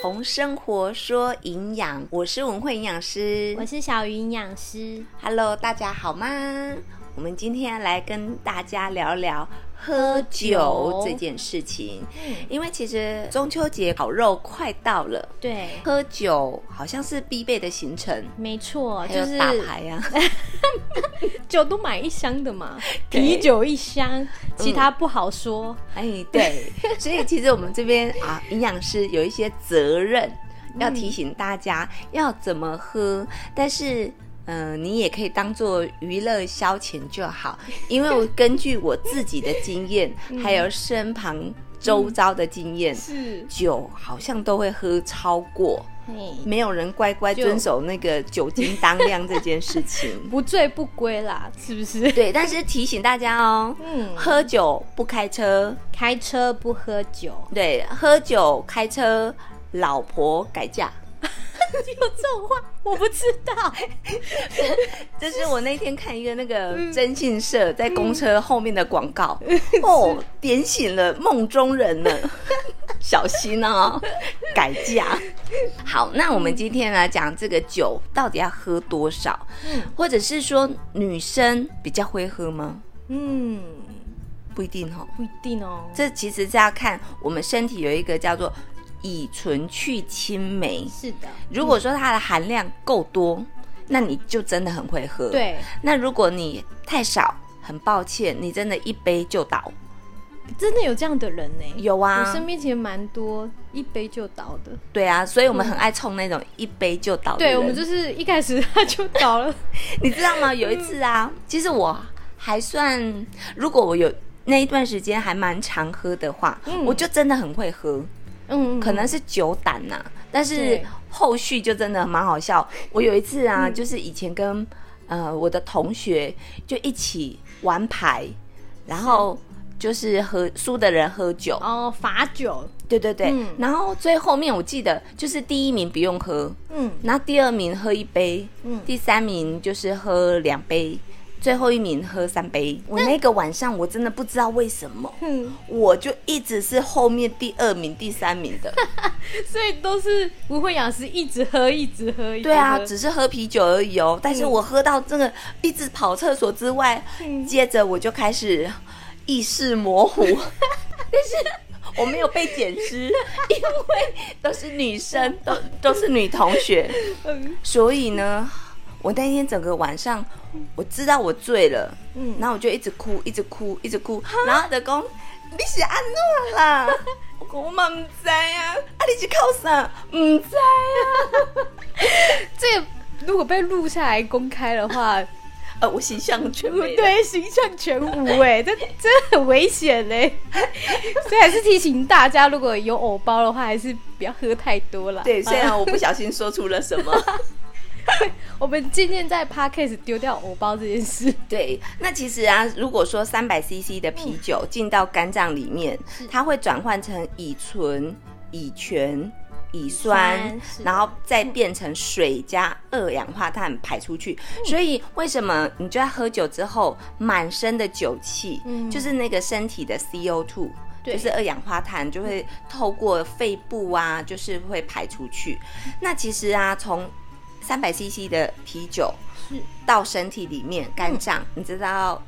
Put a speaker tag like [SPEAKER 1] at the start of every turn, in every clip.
[SPEAKER 1] 从生活说营养，我是文慧营养师
[SPEAKER 2] 我。是小鱼营养师，
[SPEAKER 1] Hello，大家好吗？我们今天来跟大家聊聊喝酒
[SPEAKER 2] 喝酒嗯
[SPEAKER 1] 这件事情，因为其实中秋节烤肉快到了，
[SPEAKER 2] 对，
[SPEAKER 1] 喝酒好像是必备的行程。
[SPEAKER 2] 没错，
[SPEAKER 1] 还
[SPEAKER 2] 就
[SPEAKER 1] 有
[SPEAKER 2] 是
[SPEAKER 1] 打牌啊呀、
[SPEAKER 2] 酒都买一箱的 嘛，
[SPEAKER 1] 对
[SPEAKER 2] 啤酒一箱，其他不好说。
[SPEAKER 1] 哎，对，所以其实我们这边啊，营养师有一些责任要提醒大家要怎么喝，但是。嗯、你也可以当做娱乐消遣就好，因为我根据我自己的经验，还有身旁周遭的经验，
[SPEAKER 2] 是，
[SPEAKER 1] 酒好像都会喝超过，
[SPEAKER 2] 嘿，
[SPEAKER 1] 没有人乖乖
[SPEAKER 2] 就。
[SPEAKER 1] 遵守那个酒精当量这件事情
[SPEAKER 2] 不醉不归啦，是不是？
[SPEAKER 1] 对，但是提醒大家哦，
[SPEAKER 2] 嗯，
[SPEAKER 1] 喝酒不开车，
[SPEAKER 2] 开车不喝酒，
[SPEAKER 1] 对，喝酒、开车、老婆改嫁，
[SPEAKER 2] 有这种话我不知 道。
[SPEAKER 1] 这是我那天看一个那个征信社在公车后面的广告，哦，点醒了梦中人呢， 小心哦，改嫁。好，那我们今天来讲这个酒到底要喝多少，或者是说女生比较会喝吗？
[SPEAKER 2] 嗯，
[SPEAKER 1] 不一定哦，
[SPEAKER 2] 不一定哦。
[SPEAKER 1] 这其实是要看我们身体有一个叫做乙醇去青酶，
[SPEAKER 2] 是的，
[SPEAKER 1] 如果说它的含量够多，那你就真的很会喝。，
[SPEAKER 2] 对，
[SPEAKER 1] 那如果你太少，很抱歉，你真的一杯就倒。
[SPEAKER 2] 真的有这样的人呢。
[SPEAKER 1] 有
[SPEAKER 2] 我
[SPEAKER 1] 啊，
[SPEAKER 2] 身边其实蛮多一杯就倒的，
[SPEAKER 1] 对啊，所以我们很爱冲那种一杯就倒的人。
[SPEAKER 2] 哦对我们就是一开始 他就倒了，
[SPEAKER 1] 你知道吗？有一次啊，
[SPEAKER 2] 嗯
[SPEAKER 1] 其实我还算，如果我有那一段时间还蛮常喝的话，
[SPEAKER 2] 嗯
[SPEAKER 1] 我就真的很会喝，
[SPEAKER 2] 嗯，
[SPEAKER 1] 可能是酒胆呐、但是
[SPEAKER 2] 对嗯
[SPEAKER 1] 后续就真的蛮好笑。我有一次啊，就是以前跟呃我的同学就一起玩牌，然后就是喝输的人喝酒，
[SPEAKER 2] 哦罚酒，
[SPEAKER 1] 对对对，
[SPEAKER 2] 嗯
[SPEAKER 1] 然后最后面我记得就是第一名不用喝，
[SPEAKER 2] 嗯
[SPEAKER 1] 那第二名喝一杯，
[SPEAKER 2] 嗯
[SPEAKER 1] 第三名就是喝两杯。最后一名喝三杯，我那个晚上我真的不知道为什么，
[SPEAKER 2] 哼。
[SPEAKER 1] 我就一直是后面第二名、第三名的。
[SPEAKER 2] 所以都是不会养师一直喝，一直喝，一直
[SPEAKER 1] 对啊，
[SPEAKER 2] 喝
[SPEAKER 1] 只是喝啤酒而已哦。但是我喝到这个一直跑厕所之外，
[SPEAKER 2] 嗯
[SPEAKER 1] 接着我就开始意识模糊， 但是。我没有被捡尸， 嗯因为都是女生，都都是女同学，
[SPEAKER 2] 嗯
[SPEAKER 1] 所以呢，我那天整个晚上，我知道我醉了，
[SPEAKER 2] 嗯
[SPEAKER 1] 然后我就一直哭，一直哭，一直哭，然后就讲你是安怎啦？ 我讲我嘛唔知啊，啊你是靠啥？唔知
[SPEAKER 2] 这个如果被录下来公开的 话，
[SPEAKER 1] 呃，我形象全没了。
[SPEAKER 2] 对形象全无哎，这这很危 险嘞。所以还是提醒大家，如果有偶包的话，还是不要喝太多了。
[SPEAKER 1] 对，
[SPEAKER 2] 好
[SPEAKER 1] 虽然我不小心说出了什么，
[SPEAKER 2] 我们渐渐在 podcast 丢掉偶包这件事，
[SPEAKER 1] 对，那其实啊，如果说三百 CC 的
[SPEAKER 2] 嗯
[SPEAKER 1] 啤酒进到肝脏里面，它会转换成乙醇、乙醛、乙酸
[SPEAKER 2] 酸，是嗯的
[SPEAKER 1] 然后再变成水加二氧化碳排出去。
[SPEAKER 2] 嗯
[SPEAKER 1] 所以为什么你就在喝酒之后满身的酒气，
[SPEAKER 2] 嗯
[SPEAKER 1] 就是那个身体的 CO2。
[SPEAKER 2] 对嗯
[SPEAKER 1] 就是二氧化碳就会透过肺部啊，就是会排出去。那其实啊，从三百 CC 的啤酒
[SPEAKER 2] 是
[SPEAKER 1] 到身体里
[SPEAKER 2] 嗯
[SPEAKER 1] 面，肝脏，你知道，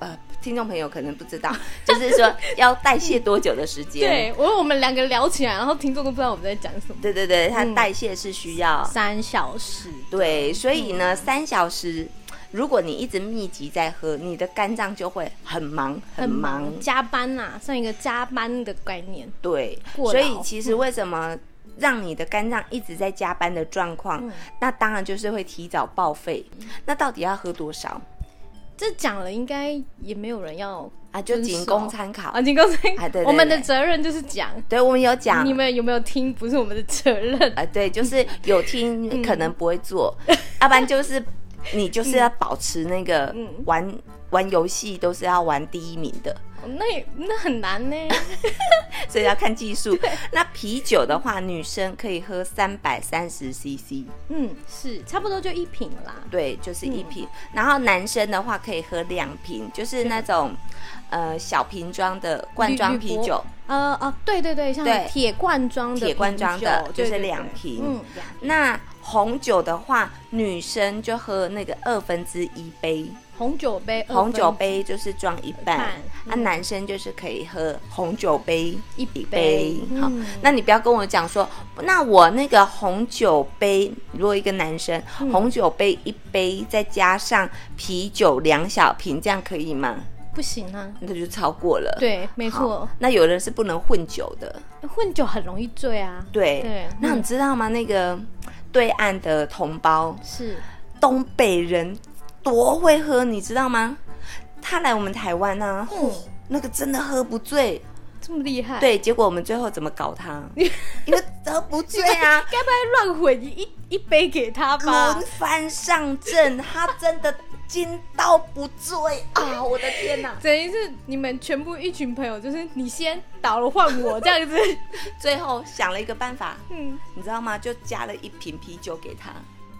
[SPEAKER 1] 呃，听众朋友可能不知 道，就是说要代谢多久的时间？
[SPEAKER 2] 对 我我们两个聊起来，然后听众都不知道我们在讲什么。
[SPEAKER 1] 对对对它代谢是需要、
[SPEAKER 2] 三小时，嗯
[SPEAKER 1] 对，所以呢，三小时，如果你一直密集在喝，你的肝脏就会很忙很忙。
[SPEAKER 2] 加班呐、算一个加班的概念。
[SPEAKER 1] 对，
[SPEAKER 2] 过
[SPEAKER 1] 所
[SPEAKER 2] 劳
[SPEAKER 1] 以其实为什么？让你的肝脏一直在加班的状况，
[SPEAKER 2] 嗯
[SPEAKER 1] 那当然就是会提早报废。那到底要喝多少
[SPEAKER 2] 这讲了，应该也没有人要
[SPEAKER 1] 啊？就
[SPEAKER 2] 遵
[SPEAKER 1] 仅
[SPEAKER 2] 守
[SPEAKER 1] 供参考。
[SPEAKER 2] 啊。金公司，
[SPEAKER 1] 啊对对
[SPEAKER 2] 我们
[SPEAKER 1] 对
[SPEAKER 2] 的责任就是讲，
[SPEAKER 1] 对，我们有讲，
[SPEAKER 2] 你们有没有听，
[SPEAKER 1] 呃
[SPEAKER 2] 不是我们的责任。
[SPEAKER 1] 啊，对，就是有听可能不会做，要不然就是你就是要保持那个
[SPEAKER 2] 嗯
[SPEAKER 1] 玩、玩游戏都是要玩第一名的，
[SPEAKER 2] 那也那很难呢。
[SPEAKER 1] 所以要看技术。那啤酒的话，女生可以喝三百三十 CC，
[SPEAKER 2] 嗯，是差不多就一瓶啦。
[SPEAKER 1] 对，就是一瓶。然后男生的话可以喝两瓶，就是那种呃小瓶装的罐装啤
[SPEAKER 2] 铝
[SPEAKER 1] 酒。
[SPEAKER 2] 呃哦，对对对，像
[SPEAKER 1] 对
[SPEAKER 2] 铁罐装的
[SPEAKER 1] 铁罐装
[SPEAKER 2] 啤
[SPEAKER 1] 的
[SPEAKER 2] 酒
[SPEAKER 1] 就是
[SPEAKER 2] 对对对
[SPEAKER 1] 两瓶
[SPEAKER 2] 嗯，两
[SPEAKER 1] 那红酒的话，女生就喝那个二分之一杯，
[SPEAKER 2] 红酒杯，二
[SPEAKER 1] 红酒
[SPEAKER 2] 分
[SPEAKER 1] 杯就是装一半，
[SPEAKER 2] 半嗯
[SPEAKER 1] 那、男生就是可以喝红酒杯
[SPEAKER 2] 一
[SPEAKER 1] 一
[SPEAKER 2] 杯
[SPEAKER 1] 好，
[SPEAKER 2] 嗯
[SPEAKER 1] 那你不要跟我讲说，那我那个红酒杯，如果一个男生、
[SPEAKER 2] 嗯
[SPEAKER 1] 红酒杯一杯，再加上啤酒两小瓶，这样可以吗？
[SPEAKER 2] 不行啊。
[SPEAKER 1] 那就超过了。
[SPEAKER 2] 对，没
[SPEAKER 1] 好，
[SPEAKER 2] 错，
[SPEAKER 1] 那有人是不能混酒的，
[SPEAKER 2] 混酒很容易醉啊。
[SPEAKER 1] 对。
[SPEAKER 2] 对，
[SPEAKER 1] 那你知道吗？那个对岸的同胞，
[SPEAKER 2] 是
[SPEAKER 1] 东北人多会喝，你知道吗？他来我们台湾啊，
[SPEAKER 2] 嗯
[SPEAKER 1] 那个真的喝不醉。
[SPEAKER 2] 这么厉害。，
[SPEAKER 1] 对，结果我们最后怎么搞 他？因为喝不醉啊，
[SPEAKER 2] 该不会乱混一一杯给他吧
[SPEAKER 1] 轮？番上阵，他真的惊到不醉 啊！我的天哪、
[SPEAKER 2] 等于是你们全部一群朋友，就是你先倒了换我这 样子。
[SPEAKER 1] 最后想了一个办法，
[SPEAKER 2] 嗯，
[SPEAKER 1] 你知道吗？就加了一瓶啤酒给他。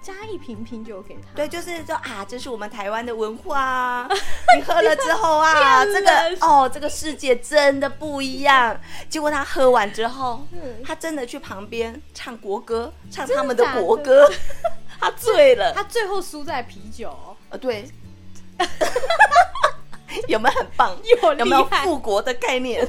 [SPEAKER 2] 加一瓶啤酒给他。
[SPEAKER 1] 对，就是说啊，这是我们台湾的文化 啊，你喝了之后啊，这个哦，这个世界真的不一样。结果他喝完之后
[SPEAKER 2] 嗯，
[SPEAKER 1] 他真的去旁边唱国歌，唱他们
[SPEAKER 2] 真
[SPEAKER 1] 的
[SPEAKER 2] 的假
[SPEAKER 1] 国
[SPEAKER 2] 的
[SPEAKER 1] 歌， 他醉了。
[SPEAKER 2] 他最后输在啤酒哦，
[SPEAKER 1] 呃，对， 有没有很棒？
[SPEAKER 2] 有
[SPEAKER 1] 有
[SPEAKER 2] 厉
[SPEAKER 1] 没有
[SPEAKER 2] 害？
[SPEAKER 1] 复国的概念？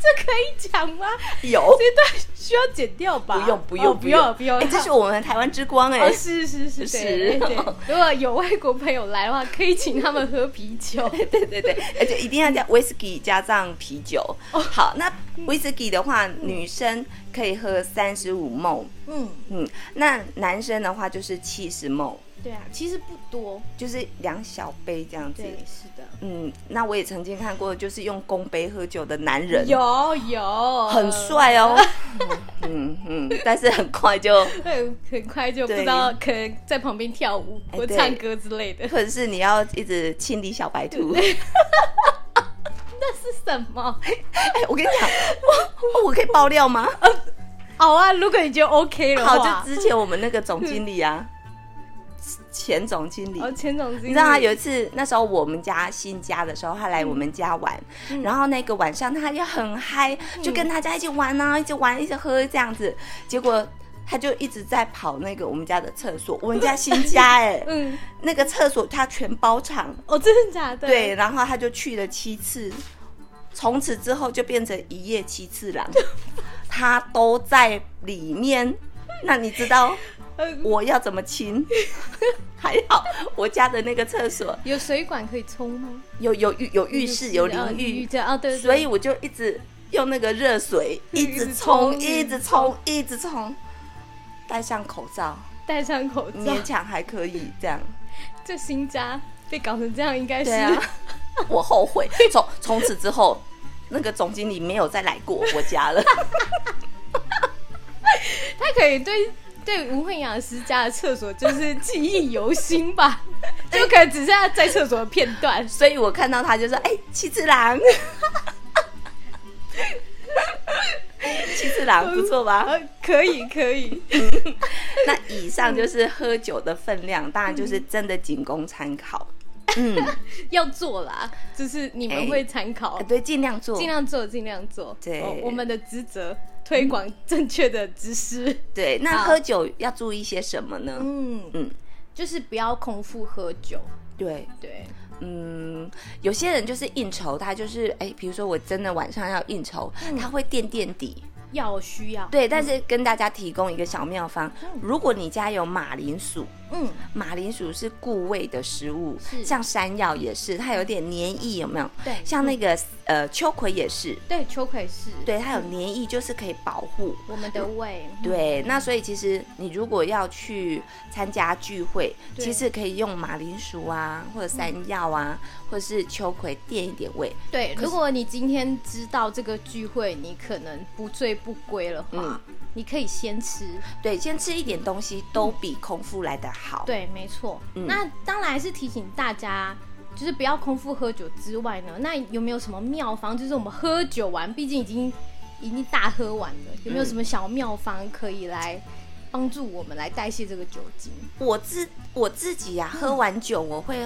[SPEAKER 2] 这可以讲吗？
[SPEAKER 1] 有，
[SPEAKER 2] 这段需要剪掉吧？
[SPEAKER 1] 哦不用不
[SPEAKER 2] 哦
[SPEAKER 1] 用
[SPEAKER 2] 不用不用，
[SPEAKER 1] 哎，这是我们台湾之光哎
[SPEAKER 2] 哦，，是是是，对
[SPEAKER 1] 是
[SPEAKER 2] 对。如果有外国朋友来的话，可以请他们喝啤酒。
[SPEAKER 1] 对 对对，而且一定要加 whisky 加上啤酒。
[SPEAKER 2] 哦
[SPEAKER 1] 好，那 whisky 的话，女生可以喝三十五 m
[SPEAKER 2] 嗯，
[SPEAKER 1] 嗯，那男生的话就是七十 m
[SPEAKER 2] 对啊，其实不多。
[SPEAKER 1] 就是两小杯这样子。
[SPEAKER 2] 对，是的，
[SPEAKER 1] 嗯，那我也曾经看过，就是用公杯喝酒的男人，
[SPEAKER 2] 有有，
[SPEAKER 1] 很，帅 哦。嗯嗯，但是很快就，
[SPEAKER 2] 很很快就不
[SPEAKER 1] 对
[SPEAKER 2] 知道，可能在旁边跳舞
[SPEAKER 1] 哎
[SPEAKER 2] 或
[SPEAKER 1] 对
[SPEAKER 2] 唱歌之类的。
[SPEAKER 1] 或者是你要一直清理小白 兔。
[SPEAKER 2] 那是什么？
[SPEAKER 1] 哎，我跟你 讲，哦我我可以爆料吗？
[SPEAKER 2] 好啊，如果你觉得 OK 的
[SPEAKER 1] 好，
[SPEAKER 2] 话，
[SPEAKER 1] 就之前我们那个总经理啊，前总经理，
[SPEAKER 2] 哦，钱总经理，
[SPEAKER 1] 你知道他有一次，那时候我们家新家的时候，他来我们家玩，然后那个晚上他也很嗨，就跟大家一起玩啊，一起玩，一起喝这样子。结果他就一直在跑那个我们家的厕所，我们家新家哎、
[SPEAKER 2] 嗯，
[SPEAKER 1] 那个厕所他全包场，
[SPEAKER 2] 哦，真的假的？
[SPEAKER 1] 对，，然后他就去了七次，从此之后就变成一夜七次郎，他都在里面。那你知道
[SPEAKER 2] 呃，
[SPEAKER 1] 我要怎么 亲？还好我家的那个厕所
[SPEAKER 2] 有水管可以冲吗？
[SPEAKER 1] 有有浴有浴室有
[SPEAKER 2] 啊
[SPEAKER 1] 淋浴，
[SPEAKER 2] 这样啊，对，对
[SPEAKER 1] 所以我就一直用那个热水一直冲一直冲一直冲，戴上口罩
[SPEAKER 2] 戴上口罩
[SPEAKER 1] 勉，强还可以这样。
[SPEAKER 2] 这新家被搞成这样，应该是
[SPEAKER 1] 对啊， 我后悔。从从此之后，那个总经理没有再来过我家 了。
[SPEAKER 2] 他可以对对吴慧雅师家的厕所就是记忆犹新吧， 就可能只剩下在厕所的片段。
[SPEAKER 1] 所以我看到他就说：“哎、七次郎， 七次郎不错吧
[SPEAKER 2] 啊，可以可以，？”
[SPEAKER 1] 那以上就是喝酒的分量，当然就是真的仅供参考。嗯，
[SPEAKER 2] 要做啦，就是你们
[SPEAKER 1] 哎
[SPEAKER 2] 会参考，
[SPEAKER 1] 对，尽量做，
[SPEAKER 2] 尽量做，尽量做。
[SPEAKER 1] 对
[SPEAKER 2] 哦我们的职责推广正确的知识。
[SPEAKER 1] 对。那
[SPEAKER 2] 好
[SPEAKER 1] 喝酒要注意些什么呢？
[SPEAKER 2] 嗯
[SPEAKER 1] 嗯，
[SPEAKER 2] 就是不要空腹喝酒。
[SPEAKER 1] 对，
[SPEAKER 2] 对，
[SPEAKER 1] 嗯，有些人就是应酬，他就是哎、比如说我真的晚上要应酬，他会垫垫底。
[SPEAKER 2] 要需要。，
[SPEAKER 1] 对，但是跟大家提供一个小妙方，如果你家有马铃薯，
[SPEAKER 2] 嗯，
[SPEAKER 1] 马铃薯是固胃的食物
[SPEAKER 2] 是，
[SPEAKER 1] 像山药也是，它有点黏液，有没有？
[SPEAKER 2] 对
[SPEAKER 1] 像那个呃秋葵也是，
[SPEAKER 2] 对，秋葵是
[SPEAKER 1] 对，它有黏液，就是可以保护。
[SPEAKER 2] 我们的胃。嗯
[SPEAKER 1] 对，那所以其实你如果要去参加聚会，
[SPEAKER 2] 对
[SPEAKER 1] 其实可以用马铃薯啊，或者山药啊，
[SPEAKER 2] 嗯
[SPEAKER 1] 或者是秋葵垫一点胃。
[SPEAKER 2] 对，
[SPEAKER 1] 可是嗯
[SPEAKER 2] 如果你今天知道这个聚会，你可能不醉不归的话，你可以先吃。
[SPEAKER 1] 对，先吃一点东西都
[SPEAKER 2] 嗯
[SPEAKER 1] 比空腹来的好。
[SPEAKER 2] 对，没错。
[SPEAKER 1] 嗯
[SPEAKER 2] 那当然还是提醒大家，就是不要空腹喝酒之外呢，那有没有什么妙方？就是我们喝酒完，毕竟已经已经大喝完了，有没有
[SPEAKER 1] 嗯
[SPEAKER 2] 什么小妙方可以来帮助我们来代谢这个酒精？
[SPEAKER 1] 我自我自己呀、喝完酒我会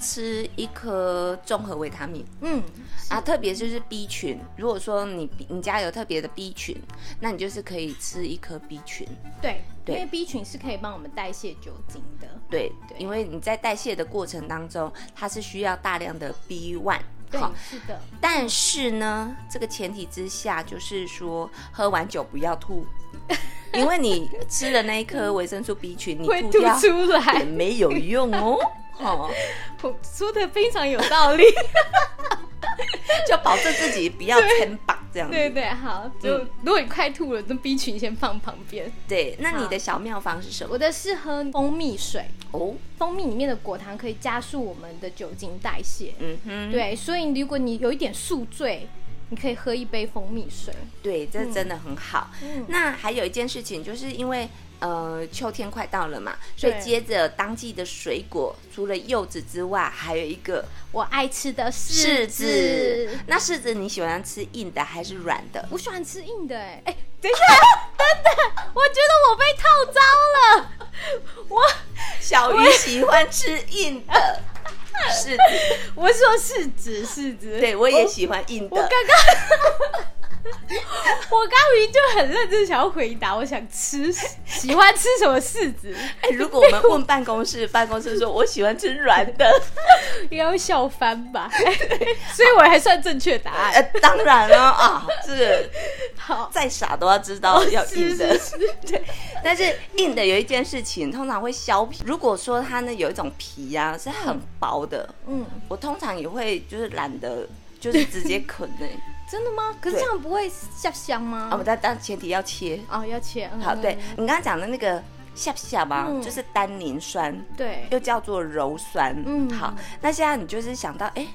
[SPEAKER 1] 吃一颗综合维他命
[SPEAKER 2] 嗯，
[SPEAKER 1] 啊，特别就是 B 群。如果说你你家有特别的 B 群，那你就是可以吃一颗 B 群。
[SPEAKER 2] 对，
[SPEAKER 1] 对
[SPEAKER 2] 因为 B 群是可以帮我们代谢酒精的。
[SPEAKER 1] 对，因为你在代谢的过程当中，它是需要大量的 B one。
[SPEAKER 2] 对，是的，
[SPEAKER 1] 但是呢，这个前提之下就是说，喝完酒不要 吐，因为你吃了那一颗维生素 B 群，你
[SPEAKER 2] 会
[SPEAKER 1] 吐
[SPEAKER 2] 吐
[SPEAKER 1] 掉
[SPEAKER 2] 出
[SPEAKER 1] 也
[SPEAKER 2] 来。
[SPEAKER 1] 没有用哦。哦，
[SPEAKER 2] 我说的非常有道 理。
[SPEAKER 1] 就保证自己不要撑膀这样子。
[SPEAKER 2] 对对，好，就、如果你快吐了，那 B 群先放旁边。
[SPEAKER 1] 对那你的小妙方是什么？
[SPEAKER 2] 我的是喝蜂蜜水，
[SPEAKER 1] 哦，
[SPEAKER 2] 蜂蜜里面的果糖可以加速我们的酒精代谢。
[SPEAKER 1] 嗯哼，
[SPEAKER 2] 对，所以如果你有一点宿醉，你可以喝一杯蜂蜜水。
[SPEAKER 1] 对，这真的很好。
[SPEAKER 2] 嗯，
[SPEAKER 1] 那还有一件事情，就是因为呃秋天快到了嘛，所以
[SPEAKER 2] 对
[SPEAKER 1] 接着当季的水果，除了柚子之外，还有一个
[SPEAKER 2] 我爱吃的
[SPEAKER 1] 柿
[SPEAKER 2] 柿
[SPEAKER 1] 子。
[SPEAKER 2] 子，
[SPEAKER 1] 那柿子你喜欢吃硬的还是软的？
[SPEAKER 2] 我喜欢吃硬的、哎、哎，等 一下，等等，我觉得我被套招了。我
[SPEAKER 1] 小鱼喜欢吃硬的 柿子，
[SPEAKER 2] 我说柿子，柿子，
[SPEAKER 1] 对我也喜欢硬
[SPEAKER 2] 我
[SPEAKER 1] 的
[SPEAKER 2] 刚。 刚，我刚明明就很认真想要回答，我想吃喜欢吃什么柿子，
[SPEAKER 1] 哎，如果我们问办公室，办公室说我喜欢吃软 的，
[SPEAKER 2] 应该会笑翻吧。所以我还算正确答
[SPEAKER 1] 呃
[SPEAKER 2] 案。，
[SPEAKER 1] 当然了啊，这个
[SPEAKER 2] 好，
[SPEAKER 1] 再傻都要知道要硬的。
[SPEAKER 2] 哦是是是对，
[SPEAKER 1] 但是硬的有一件事情，通常会削皮。如果说它呢有一种皮呀、是很薄的，
[SPEAKER 2] 嗯，
[SPEAKER 1] 我通常也会就是懒得，就是直接啃 呢、
[SPEAKER 2] 真的吗？可是
[SPEAKER 1] 对
[SPEAKER 2] 这样不会下香吗？
[SPEAKER 1] 啊，我但但前提要切。
[SPEAKER 2] 哦，要切。嗯
[SPEAKER 1] 好，对你刚刚讲的那个下不下吧，
[SPEAKER 2] 嗯
[SPEAKER 1] 就是单宁酸，
[SPEAKER 2] 对，
[SPEAKER 1] 又叫做鞣酸。
[SPEAKER 2] 嗯
[SPEAKER 1] 好，那现在你就是想到，哎、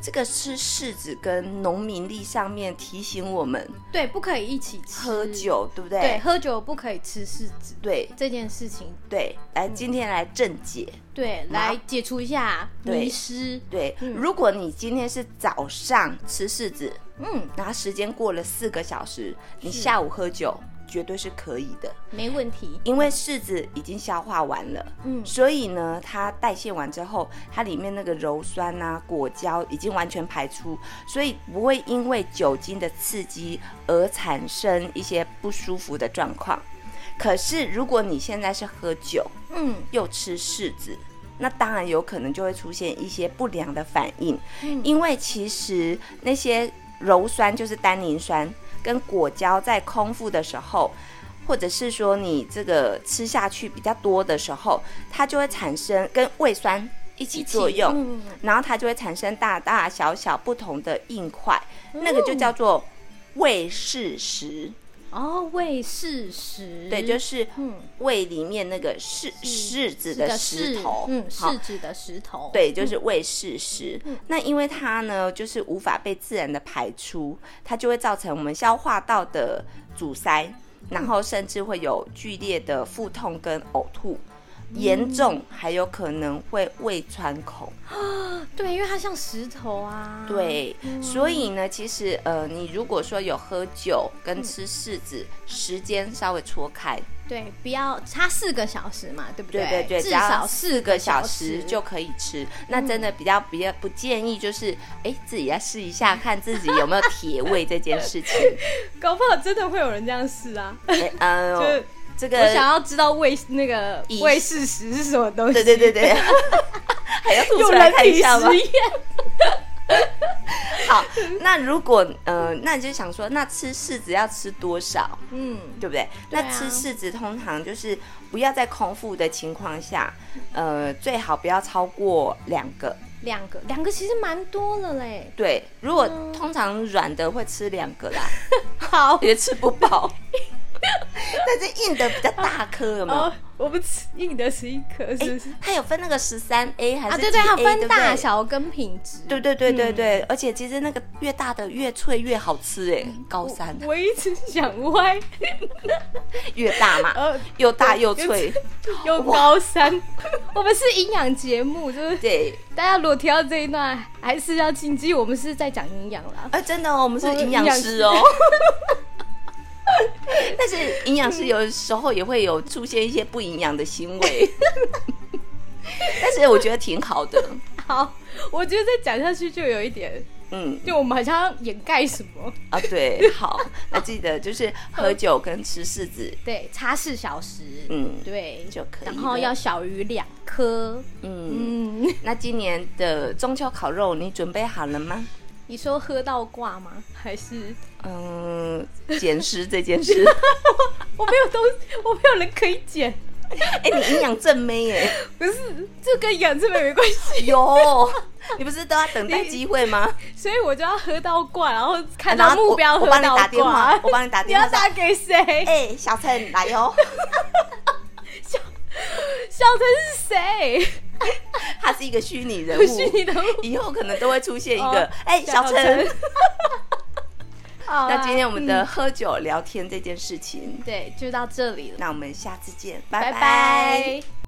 [SPEAKER 1] 这个是柿子跟农民历上面提醒我们
[SPEAKER 2] 对，不可以一起吃
[SPEAKER 1] 喝。酒，对不对？
[SPEAKER 2] 对，喝酒不可以吃柿子
[SPEAKER 1] 对
[SPEAKER 2] 这件事情，
[SPEAKER 1] 对，来
[SPEAKER 2] 嗯
[SPEAKER 1] 今天来正解。
[SPEAKER 2] 对，
[SPEAKER 1] 麻
[SPEAKER 2] 来解除一下
[SPEAKER 1] 对
[SPEAKER 2] 迷失。
[SPEAKER 1] 对，
[SPEAKER 2] 嗯
[SPEAKER 1] 如果你今天是早上吃柿子，
[SPEAKER 2] 嗯，
[SPEAKER 1] 然后时间过了四个小时，你
[SPEAKER 2] 是
[SPEAKER 1] 下午喝酒绝对是可以的，
[SPEAKER 2] 没问题。
[SPEAKER 1] 因为柿子已经消化完了，
[SPEAKER 2] 嗯
[SPEAKER 1] 所以呢，它代谢完之后，它里面那个鞣酸啊、果胶已经完全排出，所以不会因为酒精的刺激而产生一些不舒服的状况。可是如果你现在是喝酒
[SPEAKER 2] 嗯
[SPEAKER 1] 又吃柿子，那当然有可能就会出现一些不良的反应，
[SPEAKER 2] 嗯
[SPEAKER 1] 因为其实那些鞣酸就是单宁酸跟果胶在空腹的时候，或者是说你这个吃下去比较多的时候，它就会产生跟胃酸一起作用，
[SPEAKER 2] 嗯
[SPEAKER 1] 然后它就会产生大大小小不同的硬块，那个就叫做胃柿石，
[SPEAKER 2] 哦，喂事实，
[SPEAKER 1] 对，就是
[SPEAKER 2] 嗯
[SPEAKER 1] 胃里面那个柿嗯柿子的石头，
[SPEAKER 2] 嗯，
[SPEAKER 1] 好
[SPEAKER 2] 柿子的石头，，
[SPEAKER 1] 对，就是胃柿石。那因为它呢，就是无法被自然的排出，它就会造成我们消化道的阻塞，然后甚至会有剧烈的腹痛跟呕吐，严重还有可能会胃穿孔。
[SPEAKER 2] 对，因为它像石头啊，，
[SPEAKER 1] 对，所以呢，其实呃，你如果说有喝酒跟吃柿子，时间稍微错开，
[SPEAKER 2] 对，不要差四个小时嘛，对不
[SPEAKER 1] 对对
[SPEAKER 2] 对
[SPEAKER 1] 对，
[SPEAKER 2] 至
[SPEAKER 1] 只要
[SPEAKER 2] 少
[SPEAKER 1] 四
[SPEAKER 2] 四
[SPEAKER 1] 个
[SPEAKER 2] 小嗯
[SPEAKER 1] 小时就可以吃。那真的比较比较不建议，就是哎、诶自己来试一下，看自己有没有铁胃这件事 情。
[SPEAKER 2] 搞不好真的会有人这样试啊。
[SPEAKER 1] 诶嗯、
[SPEAKER 2] 就是
[SPEAKER 1] 这
[SPEAKER 2] 我想
[SPEAKER 1] 个
[SPEAKER 2] 要知道喂那个
[SPEAKER 1] 以
[SPEAKER 2] 喂事实是什么东西，
[SPEAKER 1] 对对对对，还 要吐
[SPEAKER 2] 用
[SPEAKER 1] 出来
[SPEAKER 2] 人
[SPEAKER 1] 看一
[SPEAKER 2] 体
[SPEAKER 1] 下吗
[SPEAKER 2] 实？验，
[SPEAKER 1] 好，那如果呃，那你就想说，那吃柿子要吃多少？
[SPEAKER 2] 嗯，
[SPEAKER 1] 对不对？
[SPEAKER 2] 对
[SPEAKER 1] 那
[SPEAKER 2] 啊
[SPEAKER 1] 吃柿子通常就是不要在空腹的情况下，呃，最好不要超过两个。
[SPEAKER 2] 两个两个其实蛮多了嘞，
[SPEAKER 1] 对，如果
[SPEAKER 2] 嗯
[SPEAKER 1] 通常软的会吃两个 啦，
[SPEAKER 2] 好，
[SPEAKER 1] 也吃不饱。但是硬的比较大颗，有没有？哎
[SPEAKER 2] 哦我们吃硬的是一颗，是不是？
[SPEAKER 1] 它有分那个十三 A 还是
[SPEAKER 2] 啊，对对，它
[SPEAKER 1] TA
[SPEAKER 2] 分大
[SPEAKER 1] 不对
[SPEAKER 2] 小跟品质。
[SPEAKER 1] 对对对对对，而且其实那个越大的越脆越好吃哎，高山
[SPEAKER 2] 我一直想歪，
[SPEAKER 1] 越大嘛，
[SPEAKER 2] 呃，
[SPEAKER 1] 又大哦又脆，
[SPEAKER 2] 又高山，我们是营养节目，就是
[SPEAKER 1] 对，
[SPEAKER 2] 大家如果听到这一段，还是要谨记我们是在讲营养啦。
[SPEAKER 1] 啊真的哦，我们是营养师哦。 但是营养师有的时候也会有出现一些不营养的行 为，但是我觉得挺好的，
[SPEAKER 2] 好，我觉得再讲下去就有一点，
[SPEAKER 1] 嗯
[SPEAKER 2] 就我们好像要掩盖什么。
[SPEAKER 1] 啊对，好，那记得就是喝酒跟吃柿子，
[SPEAKER 2] 对，差四小时，
[SPEAKER 1] 嗯
[SPEAKER 2] 对
[SPEAKER 1] 就可以了
[SPEAKER 2] 然后要小于两颗，
[SPEAKER 1] 嗯。
[SPEAKER 2] 嗯，
[SPEAKER 1] 那今年的中秋烤肉你准备好了吗？
[SPEAKER 2] 你说喝到挂吗？还是
[SPEAKER 1] 嗯，减食这件 事，
[SPEAKER 2] 我没有东，我没有人可以捡，
[SPEAKER 1] 哎、你营养正妹耶，
[SPEAKER 2] 不是这跟养这个没关系，
[SPEAKER 1] 有，你不是都要等待机会吗？
[SPEAKER 2] 所以我就要喝到挂，然后看
[SPEAKER 1] 哎然
[SPEAKER 2] 到
[SPEAKER 1] 后
[SPEAKER 2] 目标
[SPEAKER 1] 我
[SPEAKER 2] 喝
[SPEAKER 1] 我帮你
[SPEAKER 2] 到
[SPEAKER 1] 打电话
[SPEAKER 2] 挂，，
[SPEAKER 1] 我帮你打
[SPEAKER 2] 你
[SPEAKER 1] 电话
[SPEAKER 2] 要
[SPEAKER 1] 说。
[SPEAKER 2] 打给谁？
[SPEAKER 1] 哎、小陈来哟、
[SPEAKER 2] 小陈是谁？
[SPEAKER 1] 他是一个虚拟人
[SPEAKER 2] 不是
[SPEAKER 1] 物，
[SPEAKER 2] 你的物。
[SPEAKER 1] 以后可能都会出现一个
[SPEAKER 2] 哦
[SPEAKER 1] 哎、小陈。，
[SPEAKER 2] 好啊
[SPEAKER 1] 那今天我们的喝酒聊天这件事情，
[SPEAKER 2] 对就到这里了，
[SPEAKER 1] 那我们下次见，拜
[SPEAKER 2] 拜
[SPEAKER 1] 拜
[SPEAKER 2] 拜